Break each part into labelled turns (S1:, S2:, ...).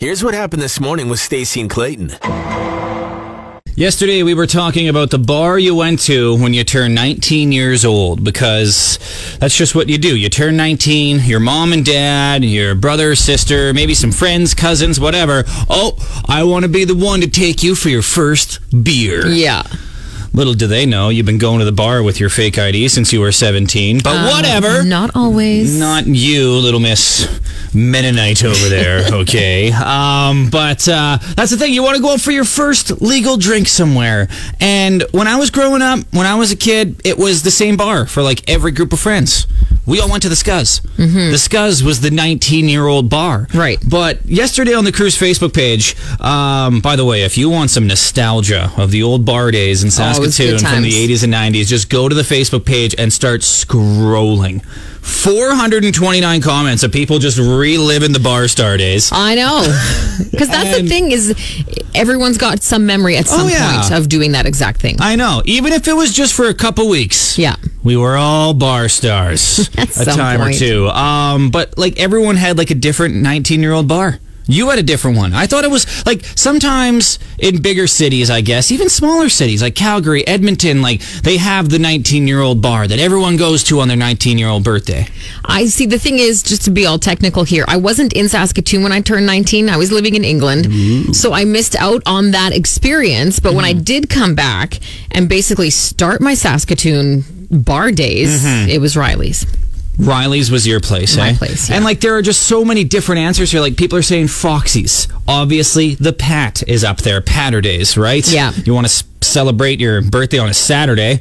S1: Here's what happened this morning with Stacey and Clayton.
S2: Yesterday, we were talking about the bar you went to when you turned 19 years old because that's just what you do. You turn 19, your mom and dad, your brother, sister, maybe some friends, cousins, whatever. Oh, I want to be the one to take you for your first beer.
S3: Yeah.
S2: Little do they know you've been going to the bar with your fake ID since you were 17, but whatever.
S3: Not always.
S2: Not you, little Miss Mennonite over there, okay? um, but uh, that's the thing. You want to go out for your first legal drink somewhere. And when I was growing up, when I was a kid, it was the same bar for like every group of friends. We all went to the Scuzz. The Scuzz was the 19 year old bar.
S3: Right.
S2: But yesterday on the Cruise Facebook page, um, by the way, if you want some nostalgia of the old bar days in
S3: Oh, it was
S2: Saskatoon
S3: good
S2: from the
S3: times.
S2: 80s and 90s, just go to the Facebook page and start scrolling. 429 comments of people just reliving the bar star days.
S3: I know. Because that's the
S2: And-
S3: thing is everyone's got some memory at some
S2: Oh, yeah.
S3: point of doing that exact thing.
S2: I know, even if it was just for a couple weeks.
S3: Yeah.
S2: We were all bar stars
S3: At
S2: a
S3: some
S2: time or
S3: point.
S2: two. Um, but like everyone had like a different 19-year-old bar. You had a different one. I thought it was like sometimes in bigger cities, I guess, even smaller cities like Calgary, Edmonton, like they have the 19-year-old bar that everyone goes to on their 19-year-old birthday.
S3: I see. The thing is, just to be all technical here, I wasn't in Saskatoon when I turned 19. I was living in England.
S2: Mm-hmm.
S3: So I missed out on that experience. But when I did come back and basically start my Saskatoon bar days,
S2: Mm-hmm.
S3: it was Riley's.
S2: Riley's was your place,
S3: My
S2: eh?
S3: place, yeah.
S2: And like there are just so many different answers here. Like people are saying Foxy's. Obviously, the Pat is up there. Patter days, right?
S3: Yeah.
S2: You want to s- celebrate your birthday on a Saturday.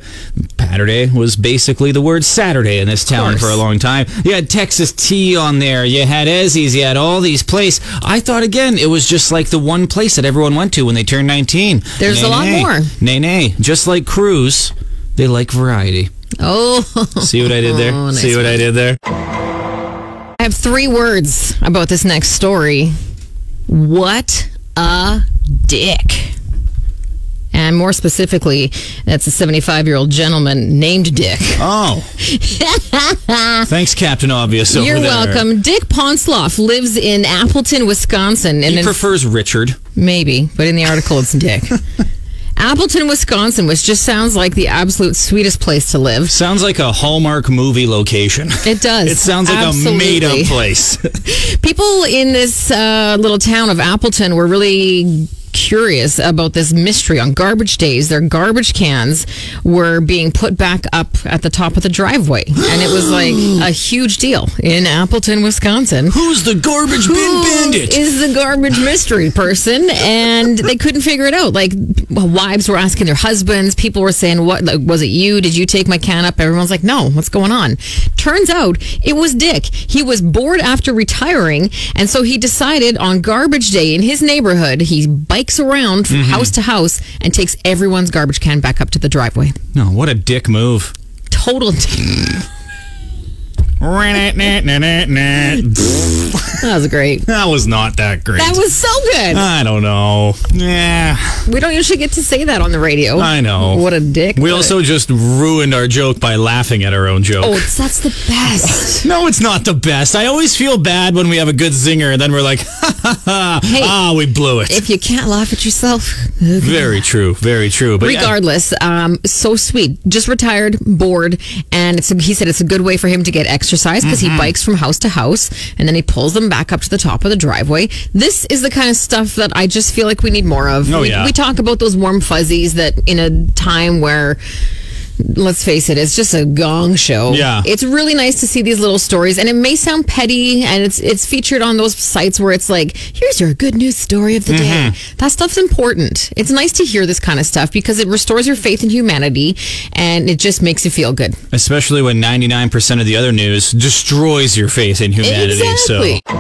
S2: Patterday was basically the word Saturday in this town
S3: course.
S2: for a long time. You had Texas Tea on there. You had Ezzy's. You had all these places. I thought again, it was just like the one place that everyone went to when they turned 19.
S3: There's a lot
S2: nay.
S3: more.
S2: Nay, nay. Just like Cruise, they like variety.
S3: Oh,
S2: See what I did there?
S3: Oh, nice
S2: See what I did there?
S3: I have three words about this next story. What a dick. And more specifically, that's a 75 year old gentleman named Dick.
S2: Oh. Thanks, Captain Obvious. Over
S3: You're
S2: there.
S3: welcome. Dick Ponsloff lives in Appleton, Wisconsin. And
S2: He
S3: in,
S2: prefers Richard.
S3: maybe, but in the article it's Dick. Appleton, Wisconsin, which just sounds like the absolute sweetest place to live.
S2: Sounds like a Hallmark movie location.
S3: It does.
S2: It sounds like
S3: Absolutely.
S2: a made up place.
S3: People in this uh, little town of Appleton were really curious about this mystery on garbage days their garbage cans were being put back up at the top of the driveway and it was like a huge deal in appleton wisconsin
S2: Who's the garbage bin bandit?
S3: is the garbage mystery person and they couldn't figure it out like wives were asking their husbands people were saying what like, was it you did you take my can up everyone's like no what's going on turns out it was dick he was bored after retiring and so he decided on garbage day in his neighborhood he bikes around from
S2: Mm-hmm.
S3: house to house and takes everyone's garbage can back up to the driveway
S2: no, what a dick move.
S3: total dick.
S2: that
S3: that was great
S2: was not that great.
S3: that was so good
S2: I don't know. Yeah,
S3: we don't usually get to say that on the radio
S2: I know.
S3: what a dick
S2: We
S3: What a-
S2: also just ruined our joke by laughing at our own joke.
S3: Oh, it's- that's the best.
S2: No, it's not the best. I always feel bad when we have a good zinger and then we're like, ha ha ha,
S3: Hey.
S2: ah, we blew it.
S3: if you can't laugh at yourself,
S2: Very true. Very true. But yeah.
S3: regardless, um, so sweet. Just retired, bored, and it's a, he said it's a good way for him to get exercise because
S2: Mm-hmm.
S3: he bikes from house to house and then he pulls them back up to the top of the driveway. This is the kind of stuff that I just feel like we need more of.
S2: Oh,
S3: we,
S2: yeah.
S3: we talk about those warm fuzzies that in a time where. Let's face it, it's just a gong show.
S2: Yeah.
S3: It's really nice to see these little stories and it may sound petty and it's it's featured on those sites where it's like, here's your good news story of the
S2: Mm-hmm.
S3: day. That stuff's important. It's nice to hear this kind of stuff because it restores your faith in humanity and it just makes you feel good.
S2: Especially when 99% of the other news destroys your faith in humanity.
S3: exactly.
S2: So,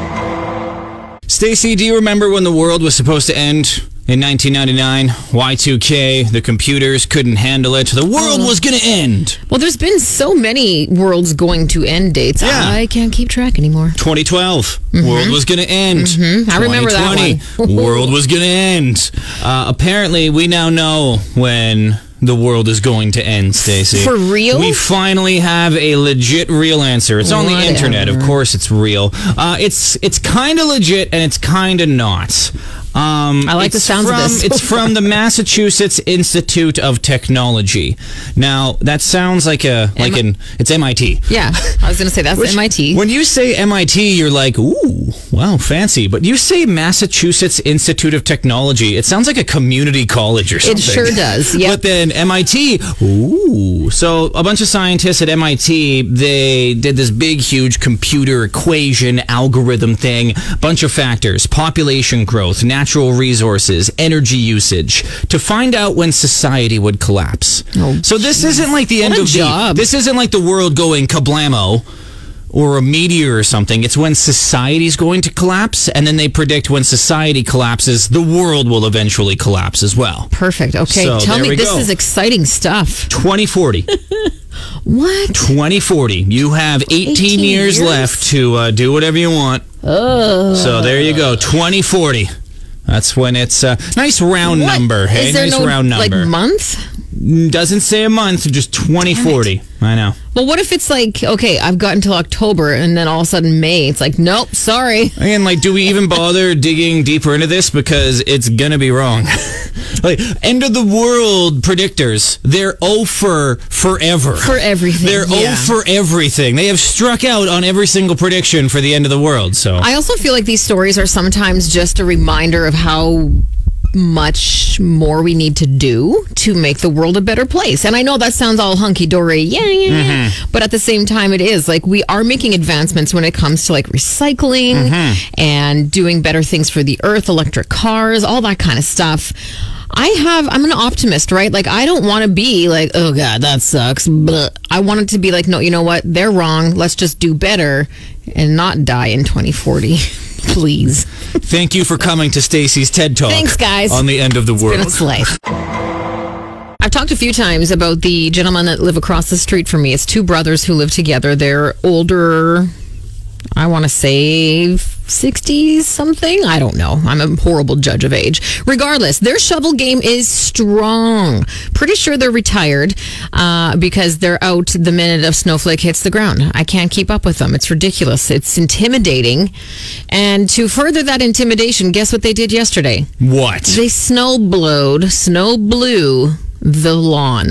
S2: Stacy, do you remember when the world was supposed to end? In 1999, Y2K, the computers couldn't handle it. The world was going to end.
S3: Well, there's been so many worlds going to end dates.
S2: Yeah.
S3: I can't keep track anymore.
S2: 2012, world was going to end.
S3: Mm-hmm. I remember that
S2: 2020,
S3: one.
S2: world was going to end. Uh, apparently, we now know when the world is going to end, Stacy.
S3: For real?
S2: We finally have a legit real answer. It's on the
S3: Whatever.
S2: internet, of course it's real. Uh, it's it's kind of legit and it's kind of not. Um,
S3: I like the
S2: it's
S3: sounds of
S2: from-
S3: this.
S2: It's from the Massachusetts Institute of Technology. Now that sounds like a like
S3: M-
S2: an it's MIT.
S3: Yeah, I was going to say that's
S2: Which-
S3: MIT.
S2: When you say MIT, you're like, ooh, wow, fancy. But you say Massachusetts Institute of Technology, it sounds like a community college or something.
S3: sure does, yep.
S2: But then MIT, ooh. So a bunch of scientists at MIT, they did this big, huge computer equation algorithm thing. Bunch of factors: population growth, natural resources, energy usage, to find out when society would collapse.
S3: Oh,
S2: so this isn't like the end
S3: What a
S2: of the.
S3: job.
S2: This isn't like the world going kablamo or a meteor or something. It's when society's going to collapse, and then they predict when society collapses, the world will eventually collapse as well.
S3: Perfect. Okay,
S2: So,
S3: tell
S2: there
S3: me
S2: we
S3: this
S2: go.
S3: is exciting stuff.
S2: 2040.
S3: What?
S2: 2040. You have 18,
S3: 18
S2: years,
S3: years?
S2: left to uh, do whatever you want. So there you go. 2040. That's when it's a nice round
S3: What?
S2: number. Hey,
S3: Is there
S2: nice
S3: no
S2: round
S3: like
S2: number.
S3: month?
S2: Doesn't say a month, just 2040. I know.
S3: Well, what if it's like okay, I've got until October, and then all of a sudden May? It's like nope, sorry.
S2: And like, do we even bother digging deeper into this because it's gonna be wrong? like, end of the world predictors, they're o for forever.
S3: For everything,
S2: They're
S3: yeah.
S2: o for everything. They have struck out on every single prediction for the end of the world. So
S3: I also feel like these stories are sometimes just a reminder of how much more we need to do to make the world a better place. And I know that sounds all hunky dory, yeah, yeah, yeah. But at the same time, it is like we are making advancements when it comes to like recycling and doing better things for the earth, electric cars, all that kind of stuff. I have, I'm an optimist, right? Like, I don't want to be like, oh God, that sucks. Blah. I want it to be like, no, you know what? They're wrong. Let's just do better and not die in 2040. Please.
S2: thank you for coming to Stacy's TED Talk.
S3: Thanks, guys.
S2: On the end of the
S3: Been a
S2: world.
S3: slay. I've talked a few times about the gentlemen that live across the street from me. It's two brothers who live together. They're older, I want to say 60s something. I don't know. I'm a horrible judge of age. Regardless, their shovel game is strong. Pretty sure they're retired uh, because they're out the minute a snowflake hits the ground. I can't keep up with them. It's ridiculous. It's intimidating. And to further that intimidation, guess what they did yesterday?
S2: What?
S3: They snow blowed, snow blew the lawn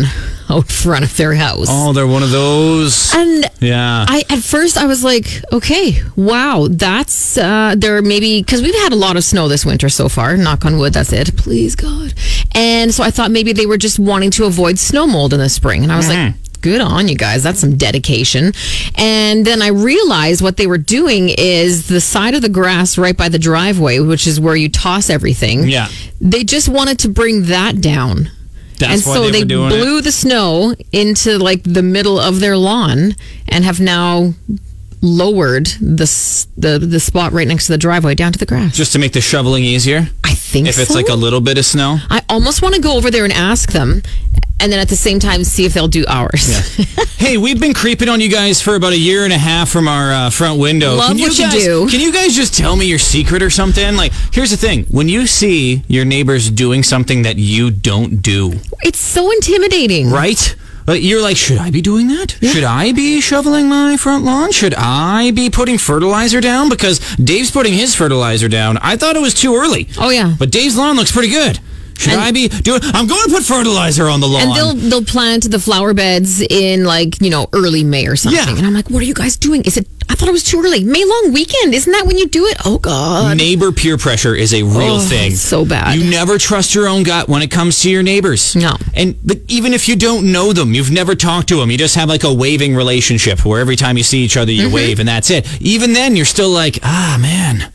S3: out front of their house.
S2: Oh, they're one of those.
S3: And
S2: yeah.
S3: I at first I was like, okay, wow, that's uh there maybe because we've had a lot of snow this winter so far. Knock on wood, that's it. Please God. And so I thought maybe they were just wanting to avoid snow mold in the spring, and I was
S2: Mm-hmm.
S3: like. Good on you guys. That's some dedication. And then I realized what they were doing is the side of the grass right by the driveway, which is where you toss everything.
S2: Yeah.
S3: They just wanted to bring that down.
S2: That's
S3: and
S2: why
S3: so
S2: they were
S3: they
S2: doing it.
S3: blew blew the snow into like the middle of their lawn and have now lowered the s- the the spot right next to the driveway down to the grass.
S2: Just to make the shoveling easier.
S3: I think
S2: If it's
S3: so.
S2: like a little bit of snow.
S3: I almost want to go over there and ask them, and then at the same time see if they'll do ours.
S2: Hey, we've been creeping on you guys for about a year and a half from our uh, front window.
S3: Love what you
S2: guys,
S3: do.
S2: Can you guys just tell me your secret or something? Like, here's the thing: when you see your neighbors doing something that you don't do,
S3: It's so intimidating.
S2: right? Like, You're like, should I be doing that? Should I be shoveling my front lawn? Should I be putting fertilizer down? Because Dave's putting his fertilizer down. I thought it was too early.
S3: Oh, yeah.
S2: But Dave's lawn looks pretty good. Should
S3: And-
S2: I be doing? I'm going to put fertilizer on the lawn.
S3: And they'll they'll plant the flower beds in like you know early May or something.
S2: Yeah.
S3: And I'm like, what are you guys doing? Is it? I thought it was too early. May long weekend, isn't that when you do it? Oh God.
S2: Neighbor peer pressure is a real
S3: Oh,
S2: thing.
S3: it's so bad.
S2: You never trust your own gut when it comes to your neighbors.
S3: No.
S2: And the, even if you don't know them, you've never talked to them. You just have like a waving relationship where every time you see each other, you
S3: Mm-hmm.
S2: wave and that's it. Even then, you're still like, ah, man,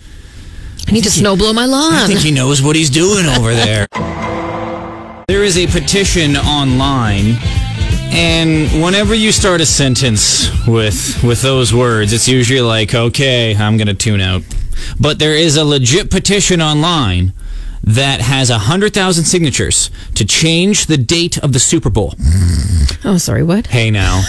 S3: I need to snow blow my lawn.
S2: I think he knows what he's doing over there. There is a petition online. And whenever you start a sentence with with those words, it's usually like, "Okay, I'm going to tune out." But there is a legit petition online that has 100,000 signatures to change the date of the Super Bowl.
S3: oh, sorry. What?
S2: Hey now.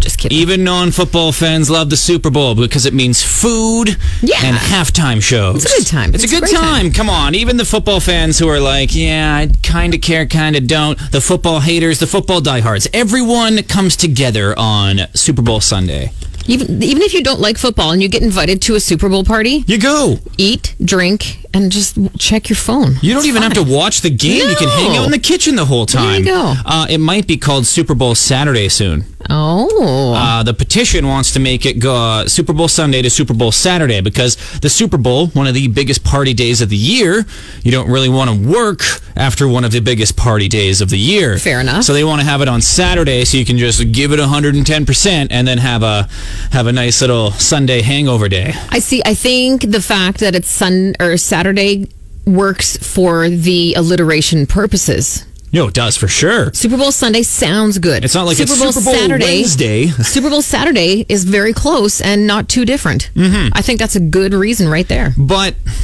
S3: just kidding.
S2: Even non-football fans love the Super Bowl because it means food
S3: Yeah.
S2: and halftime shows.
S3: It's a good time.
S2: It's,
S3: It's
S2: a
S3: a
S2: good
S3: great
S2: time.
S3: time.
S2: Come on, even the football fans who are like, "Yeah, I kind of care, kind of don't." The football haters, the football diehards, everyone comes together on Super Bowl Sunday.
S3: Even even if you don't like football and you get invited to a Super Bowl party,
S2: You go.
S3: eat, drink, and just check your phone.
S2: You don't even have to watch the game. You can hang out in the kitchen the whole time.
S3: you go.
S2: Uh, it might be called Super Bowl Saturday soon.
S3: Oh,
S2: Uh, the petition wants to make it go uh, Super Bowl Sunday to Super Bowl Saturday because the Super Bowl, one of the biggest party days of the year, you don't really want to work after one of the biggest party days of the year.
S3: Fair enough.
S2: So they want to have it on Saturday so you can just give it 110% and then have a have a nice little Sunday hangover day.
S3: I see. I think the fact that it's Sun or Saturday works for the alliteration purposes.
S2: No, it does for sure.
S3: Super Bowl Sunday sounds good.
S2: It's not like it's Super Bowl Wednesday.
S3: Super Bowl Saturday is very close and not too different. Mm-hmm. I think that's a good reason right there.
S2: But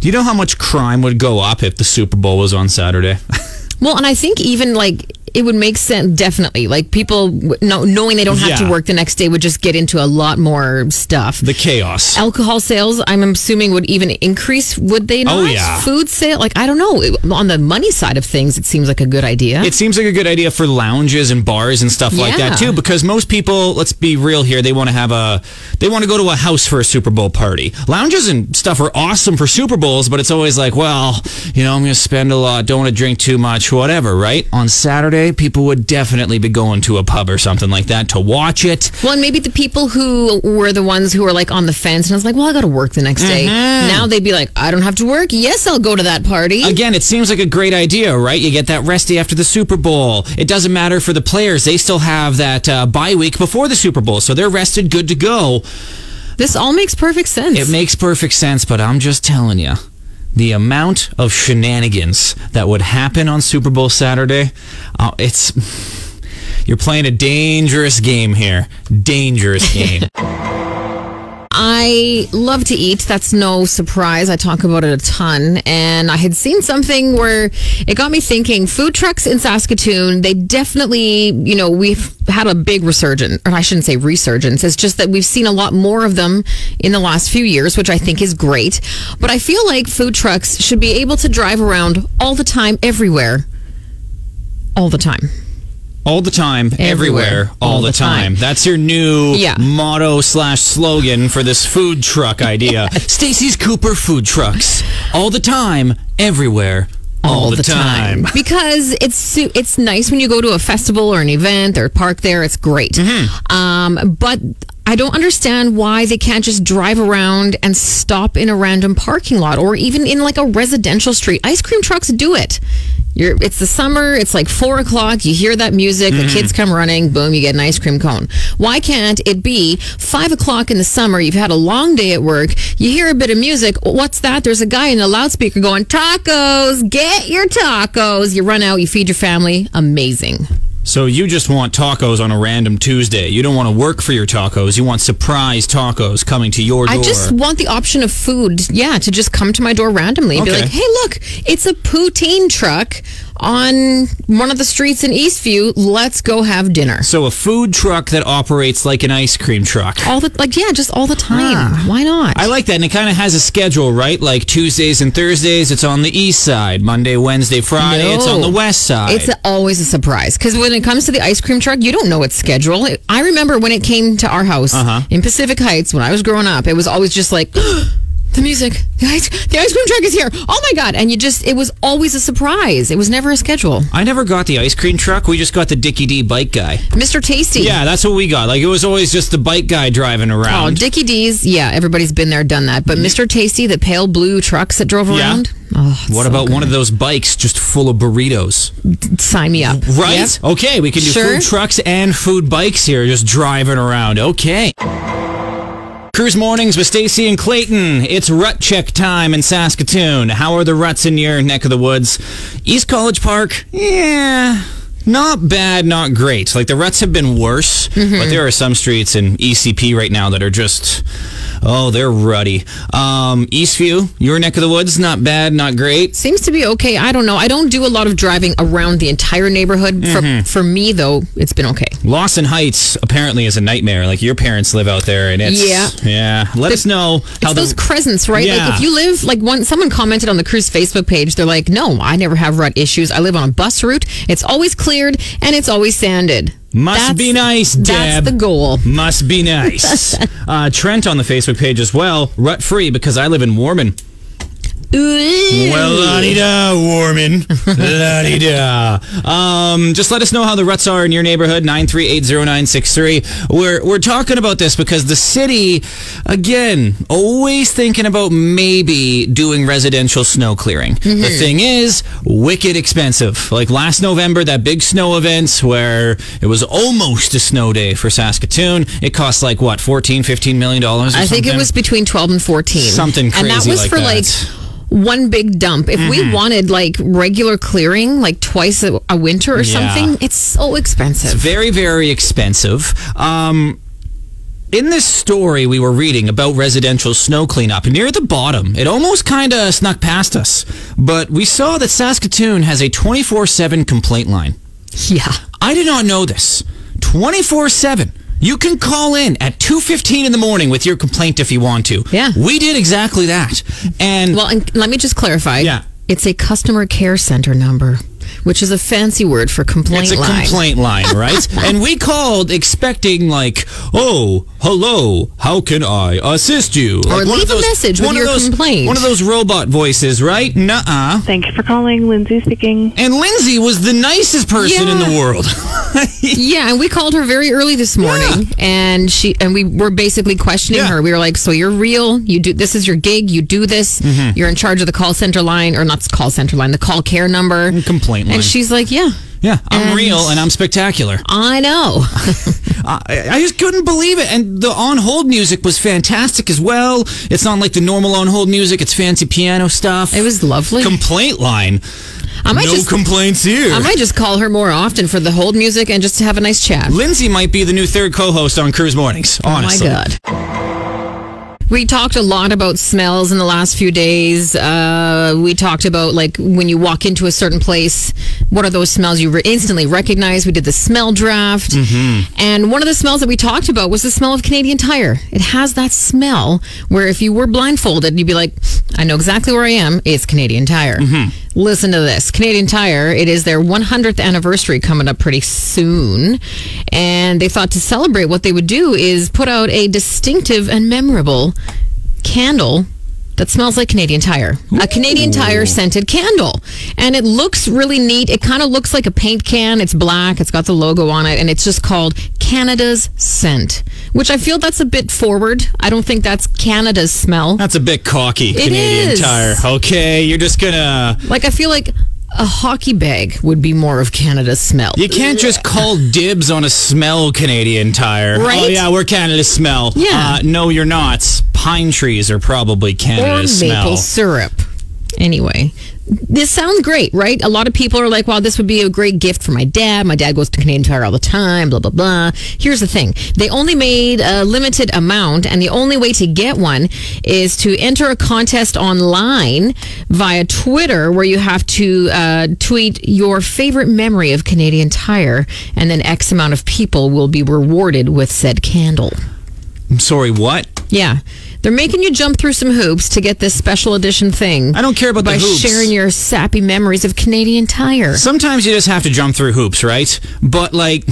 S2: do you know how much crime would go up if the Super Bowl was on Saturday?
S3: Well, and I think even like it would make sense definitely. Like people w- no, knowing they don't have
S2: Yeah.
S3: to work the next day would just get into a lot more stuff.
S2: the chaos.
S3: Alcohol sales, I'm assuming, would even increase. Would they not?
S2: Oh, yeah.
S3: Food sale, like I don't know. It- On the money side of things, it seems like a good idea.
S2: It seems like a good idea for lounges and bars and stuff like that
S3: Yeah.
S2: too, because most people, let's be real here, they want to have a, they want to go to a house for a Super Bowl party. Lounges and stuff are awesome for Super Bowls, but it's always like, well, you know, I'm going to spend a lot, don't want to drink too much, whatever, right? On Saturday, people would definitely be going to a pub or something like that to watch it.
S3: well, and maybe the people who were the ones who were like on the fence, and I was like, "Well, I got to work the next day."
S2: Mm-hmm.
S3: Now they'd be like, "I don't have to work. Yes, I'll go to that party."
S2: Again, it seems like a great idea, right? You get that rest day after the Super Bowl. It doesn't matter for the players; they still have that uh, bye week before the Super Bowl, so they're rested, good to go.
S3: this all makes perfect sense.
S2: It makes perfect sense, but I'm just telling you, the amount of shenanigans that would happen on Super Bowl Saturday, uh, it's. You're playing a dangerous game here. Dangerous game.
S3: I love to eat. That's no surprise. I talk about it a ton. And I had seen something where it got me thinking food trucks in Saskatoon, they definitely, you know, we've had a big resurgence, or I shouldn't say resurgence. It's just that we've seen a lot more of them in the last few years, which I think is great. But I feel like food trucks should be able to drive around all the time, everywhere. All the time.
S2: all the time, everywhere,
S3: Everywhere,
S2: all, the, time. That's your new
S3: Yeah.
S2: motto slash slogan for this food truck idea. Stacy's Cooper food trucks. All the time, everywhere, all, the, time.
S3: because it's su- it's nice when you go to a festival or an event or park there. It's great,
S2: Mm-hmm.
S3: um, but I don't understand why they can't just drive around and stop in a random parking lot or even in like a residential street. Ice cream trucks do it. You're, it's the summer. It's like four o'clock. You hear that music. The
S2: Mm.
S3: kids come running. Boom! You get an ice cream cone. Why can't it be five o'clock in the summer? You've had a long day at work. You hear a bit of music. What's that? There's a guy in a loudspeaker going, "Tacos! Get your tacos!" You run out. You feed your family. Amazing.
S2: So you just want tacos on a random Tuesday. You don't want to work for your tacos. You want surprise tacos coming to your door.
S3: I just want the option of food, yeah, to just come to my door randomly and
S2: Okay.
S3: be like, hey, look, it's a poutine truck on one of the streets in Eastview. Let's go have dinner.
S2: so a food truck that operates like an ice cream truck.
S3: All the, like, yeah, just all the time. Why not?
S2: Ah. I like that, and it kind of has a schedule, right? Like Tuesdays and Thursdays, it's on the east side. Monday, Wednesday, Friday, it's on the
S3: No.
S2: west side.
S3: It's always a surprise because when it comes to the ice cream truck, you don't know its schedule. I remember when it came to our house
S2: Uh-huh.
S3: in Pacific Heights when I was growing up, it was always just like. The music, the ice, the ice cream truck is here! Oh my god! And you just—it was always a surprise. It was never a schedule.
S2: I never got the ice cream truck. We just got the Dickie D bike guy.
S3: Mr. Tasty,
S2: Yeah, that's what we got. Like it was always just the bike guy driving
S3: Oh,
S2: around. Mm-hmm.
S3: Dickie D's. Yeah, everybody's been there, done that. But Mr. Tasty, the pale blue trucks that drove
S2: Yeah.
S3: around. Oh,
S2: what about one of those bikes just full of burritos?
S3: sign me up?
S2: Right?
S3: Yep.
S2: Okay, we can do
S3: Sure.
S2: food trucks and food bikes here, just driving around. Okay. Cruise mornings with Stacy and Clayton. It's rut check time in Saskatoon. How are the ruts in your neck of the woods? East College Park? Yeah. not bad, not great. Like the ruts have been worse, but there are some streets in ECP right now that are just oh, they're rutty. Um, Eastview, your neck of the woods, not bad, not great.
S3: Seems to be okay. I don't know. I don't do a lot of driving around the entire neighborhood.
S2: Mm-hmm.
S3: For, for me, though, it's been okay.
S2: Lawson Heights apparently is a nightmare. Like your parents live out there, and it's
S3: Yeah.
S2: yeah. Let us know
S3: It's
S2: how
S3: those
S2: the
S3: crescents, right?
S2: Yeah.
S3: Like if you live like one someone commented on the cruise Facebook page, they're like, No, I never have rut issues. I live on a bus route. It's always cleared and it's always sanded.
S2: Must be nice, Deb.
S3: That's the goal.
S2: Must be nice. uh, Trent on the Facebook page as well. Rut free because I live in Warman.
S3: Ooh.
S2: Well, la di da, Warman. la di da. Um, just let us know how the ruts are in your neighborhood. Nine three eight zero nine six three. We're we're talking about this because the city, again, always thinking about maybe doing residential snow clearing. The
S3: Mm-hmm.
S2: thing is, wicked expensive. Like last November, that big snow event where it was almost a snow day for Saskatoon. It cost like what 14, 15 million dollars. or
S3: I think it
S2: something?
S3: was between 12 and 14.
S2: Something
S3: And that
S2: crazy
S3: was
S2: like
S3: for
S2: that. Mm-hmm.
S3: like one big dump. If we wanted like regular clearing, like twice a, a winter or
S2: Yeah.
S3: something, it's so expensive.
S2: very very expensive um in this story we were reading about residential snow cleanup near the bottom it almost kind of snuck past us but we saw that saskatoon has a 24-7 complaint line
S3: yeah.
S2: i did not know this 24-7 you can call in at 2.15 in the morning with your complaint if you want to
S3: Yeah.
S2: we did exactly that and
S3: Well, and let me just clarify.
S2: Yeah.
S3: It's a customer care center number, which is a fancy word for complaint
S2: It's a
S3: line.
S2: complaint line, right? and we called expecting like, "Oh, hello, how can I assist you?" Like
S3: leave a message with
S2: one of
S3: your
S2: those,
S3: complaint.
S2: One of those robot voices, right? Nuh-uh.
S4: Thank you for calling. Lindsay speaking.
S2: And Lindsay was the nicest person in the
S3: Yeah.
S2: world.
S3: Yeah, and we called her very early this morning, and she and we were basically questioning
S2: Yeah.
S3: her. We were like, "So you're real? You do this is your gig? You do this?
S2: Mm-hmm.
S3: You're in charge of the call center line, or not the call center line, the call care number
S2: Mm, complaint line.
S3: And she's like, "Yeah,
S2: yeah, I'm
S3: And-
S2: real and I'm spectacular.
S3: I know."
S2: I, I just couldn't believe it. And the on hold music was fantastic as well. It's not like the normal on hold music. It's fancy piano stuff.
S3: It was lovely.
S2: complaint line.
S3: I might
S2: no
S3: just
S2: complaints here.
S3: I might just call her more often for the hold music and just to have a nice chat.
S2: Lindsay might be the new third co-host on Cruise Mornings. Honestly,
S3: Oh my god. We talked a lot about smells in the last few days. Uh, we talked about like when you walk into a certain place, what are those smells you re- instantly recognize? We did the smell draft, and one of the smells that we talked about was the smell of Canadian Tire. It has that smell where if you were blindfolded, you'd be like, "I know exactly where I am. It's Canadian Tire." Listen to this, Canadian Tire. It is their 100th anniversary coming up pretty soon, and they thought to celebrate, what they would do is put out a distinctive and memorable candle that smells like Canadian Tire. A Canadian Tire scented candle. And it looks really neat. It kind of looks like a paint can. It's black, it's got the logo on it, and it's just called Canada's Scent, which I feel that's a bit forward. I don't think that's Canada's smell.
S2: that's a bit cocky. Canadian
S3: is.
S2: Tire. Okay, you're just gonna.
S3: Like, I feel like a hockey bag would be more of Canada's smell.
S2: You can't just call dibs on a smell, Canadian Tire.
S3: Right?
S2: Oh yeah, we're Canada's smell.
S3: Yeah.
S2: Uh, no, you're not. Pine trees are probably
S3: or
S2: Canada's
S3: maple
S2: smell.
S3: syrup. Anyway, this sounds great, right? A lot of people are like, wow, this would be a great gift for my dad. My dad goes to Canadian Tire all the time, blah, blah, blah. Here's the thing they only made a limited amount, and the only way to get one is to enter a contest online via Twitter where you have to uh, tweet your favorite memory of Canadian Tire, and then X amount of people will be rewarded with said candle.
S2: I'm sorry, what?
S3: Yeah. They're making you jump through some hoops to get this special edition thing.
S2: I don't care about the
S3: by
S2: hoops.
S3: sharing your sappy memories of Canadian Tire.
S2: Sometimes you just have to jump through hoops, right? But like,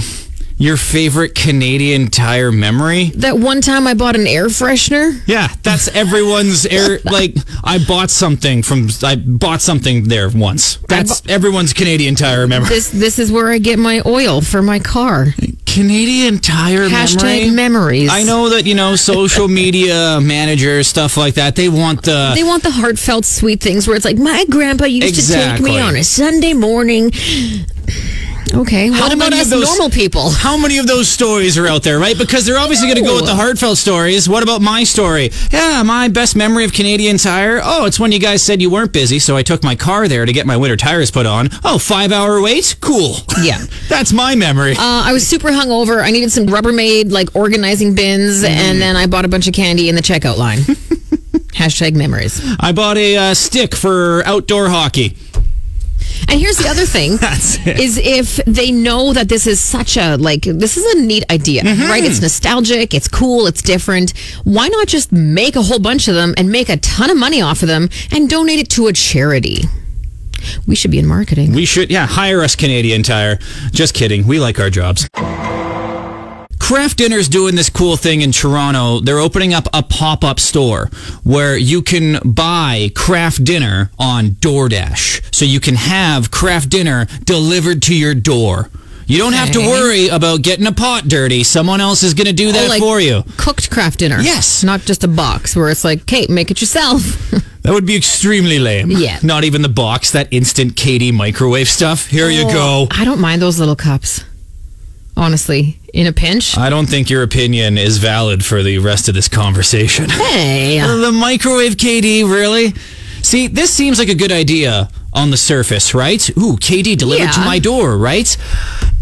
S2: your favorite Canadian Tire memory?
S3: That one time I bought an air freshener.
S2: Yeah, that's everyone's air. Like, I bought something from. I bought something there once. That's everyone's Canadian Tire memory.
S3: This this is where I get my oil for my car.
S2: Canadian Tire memory?
S3: Hashtag memories.
S2: I know that you know social media managers, stuff like that. They want the.
S3: They want the heartfelt, sweet things where it's like, my grandpa used to take
S2: Exactly.
S3: me on a Sunday morning. Okay. What about
S2: many
S3: us
S2: of those-
S3: normal people?
S2: How many of those stories are out there, right? Because they're obviously going to go with the heartfelt stories. What about my story? Yeah, my best memory of Canadian Tire. Oh, it's when you guys said you weren't busy, so I took my car there to get my winter tires put on. Oh, five hour wait? Cool.
S3: Yeah.
S2: That's my memory.
S3: Uh, I was super hungover. I needed some Rubbermaid like organizing bins,
S2: Mm-hmm.
S3: and then I bought a bunch of candy in the checkout line. Hashtag memories.
S2: I bought a uh, stick for outdoor hockey.
S3: And here's the other thing:
S2: That's it.
S3: is if they know that this is such a like this is a neat idea,
S2: Mm-hmm.
S3: right? It's nostalgic, it's cool, it's different. Why not just make a whole bunch of them and make a ton of money off of them and donate it to a charity? We should be in marketing.
S2: We should, yeah, hire us Canadian Tire. Just kidding. We like our jobs. Kraft Dinner's doing this cool thing in Toronto. They're opening up a pop up store where you can buy Kraft Dinner on DoorDash. So you can have Kraft Dinner delivered to your door. You don't have to
S3: Okay.
S2: worry about getting a pot dirty. Someone else is going to do that
S3: Oh, like
S2: for you.
S3: Cooked craft dinner.
S2: Yes.
S3: Not just a box where it's like, Kate, make it yourself.
S2: That would be extremely lame.
S3: Yeah.
S2: Not even the box, that instant Katie microwave stuff. Here you
S3: Oh,
S2: go.
S3: I don't mind those little cups. Honestly, in a pinch.
S2: I don't think your opinion is valid for the rest of this conversation.
S3: hey.
S2: the microwave KD, really? See, this seems like a good idea on the surface, right? Ooh, KD delivered to
S3: Yeah.
S2: my door, right?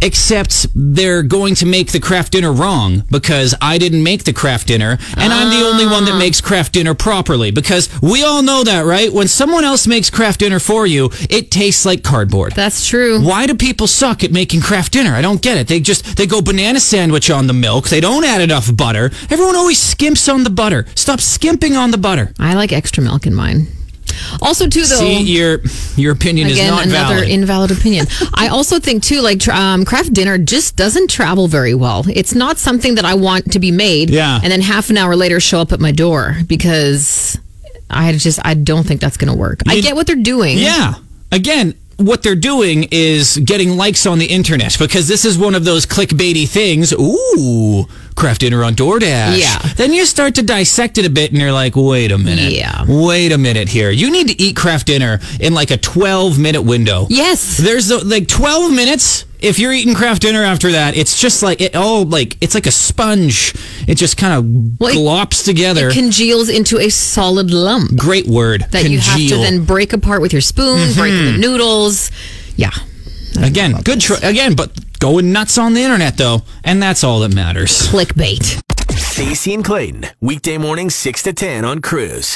S2: Except they're going to make the craft dinner wrong because I didn't make the craft dinner and I'm the only one that makes craft dinner properly because we all know that, right? When someone else makes craft dinner for you, it tastes like cardboard.
S3: That's true.
S2: Why do people suck at making craft dinner? I don't get it. They just they go banana sandwich on the milk. They don't add enough butter. Everyone always skimps on the butter. Stop skimping on the butter.
S3: I like extra milk in mine. Also, too, though.
S2: See your your opinion
S3: Again,
S2: is not
S3: another
S2: valid.
S3: invalid opinion. I also think too, like tr- um, craft dinner just doesn't travel very well. It's not something that I want to be made,
S2: Yeah.
S3: and then half an hour later show up at my door because I just I don't think that's going to work. I
S2: You-
S3: get what they're doing.
S2: yeah. Again, what they're doing is getting likes on the internet because this is one of those clickbaity things. Ooh, craft dinner on DoorDash.
S3: Yeah.
S2: Then you start to dissect it a bit and you're like, wait a minute.
S3: Yeah.
S2: Wait a minute here. You need to eat craft dinner in like a 12 minute window.
S3: Yes.
S2: There's uh, like 12 minutes. If you're eating craft dinner after that, it's just like it all like it's like a sponge. It just kind of
S3: Well, it-
S2: glops together.
S3: It congeles into a solid lump
S2: Great word.
S3: that
S2: congeal.
S3: you have to then break apart with your spoon, break the noodles. Yeah.
S2: again. Good try again, but going nuts on the internet though, and that's all that matters.
S3: Clickbait.
S1: Stacey and Clayton, weekday morning 6 to 10 on Cruise.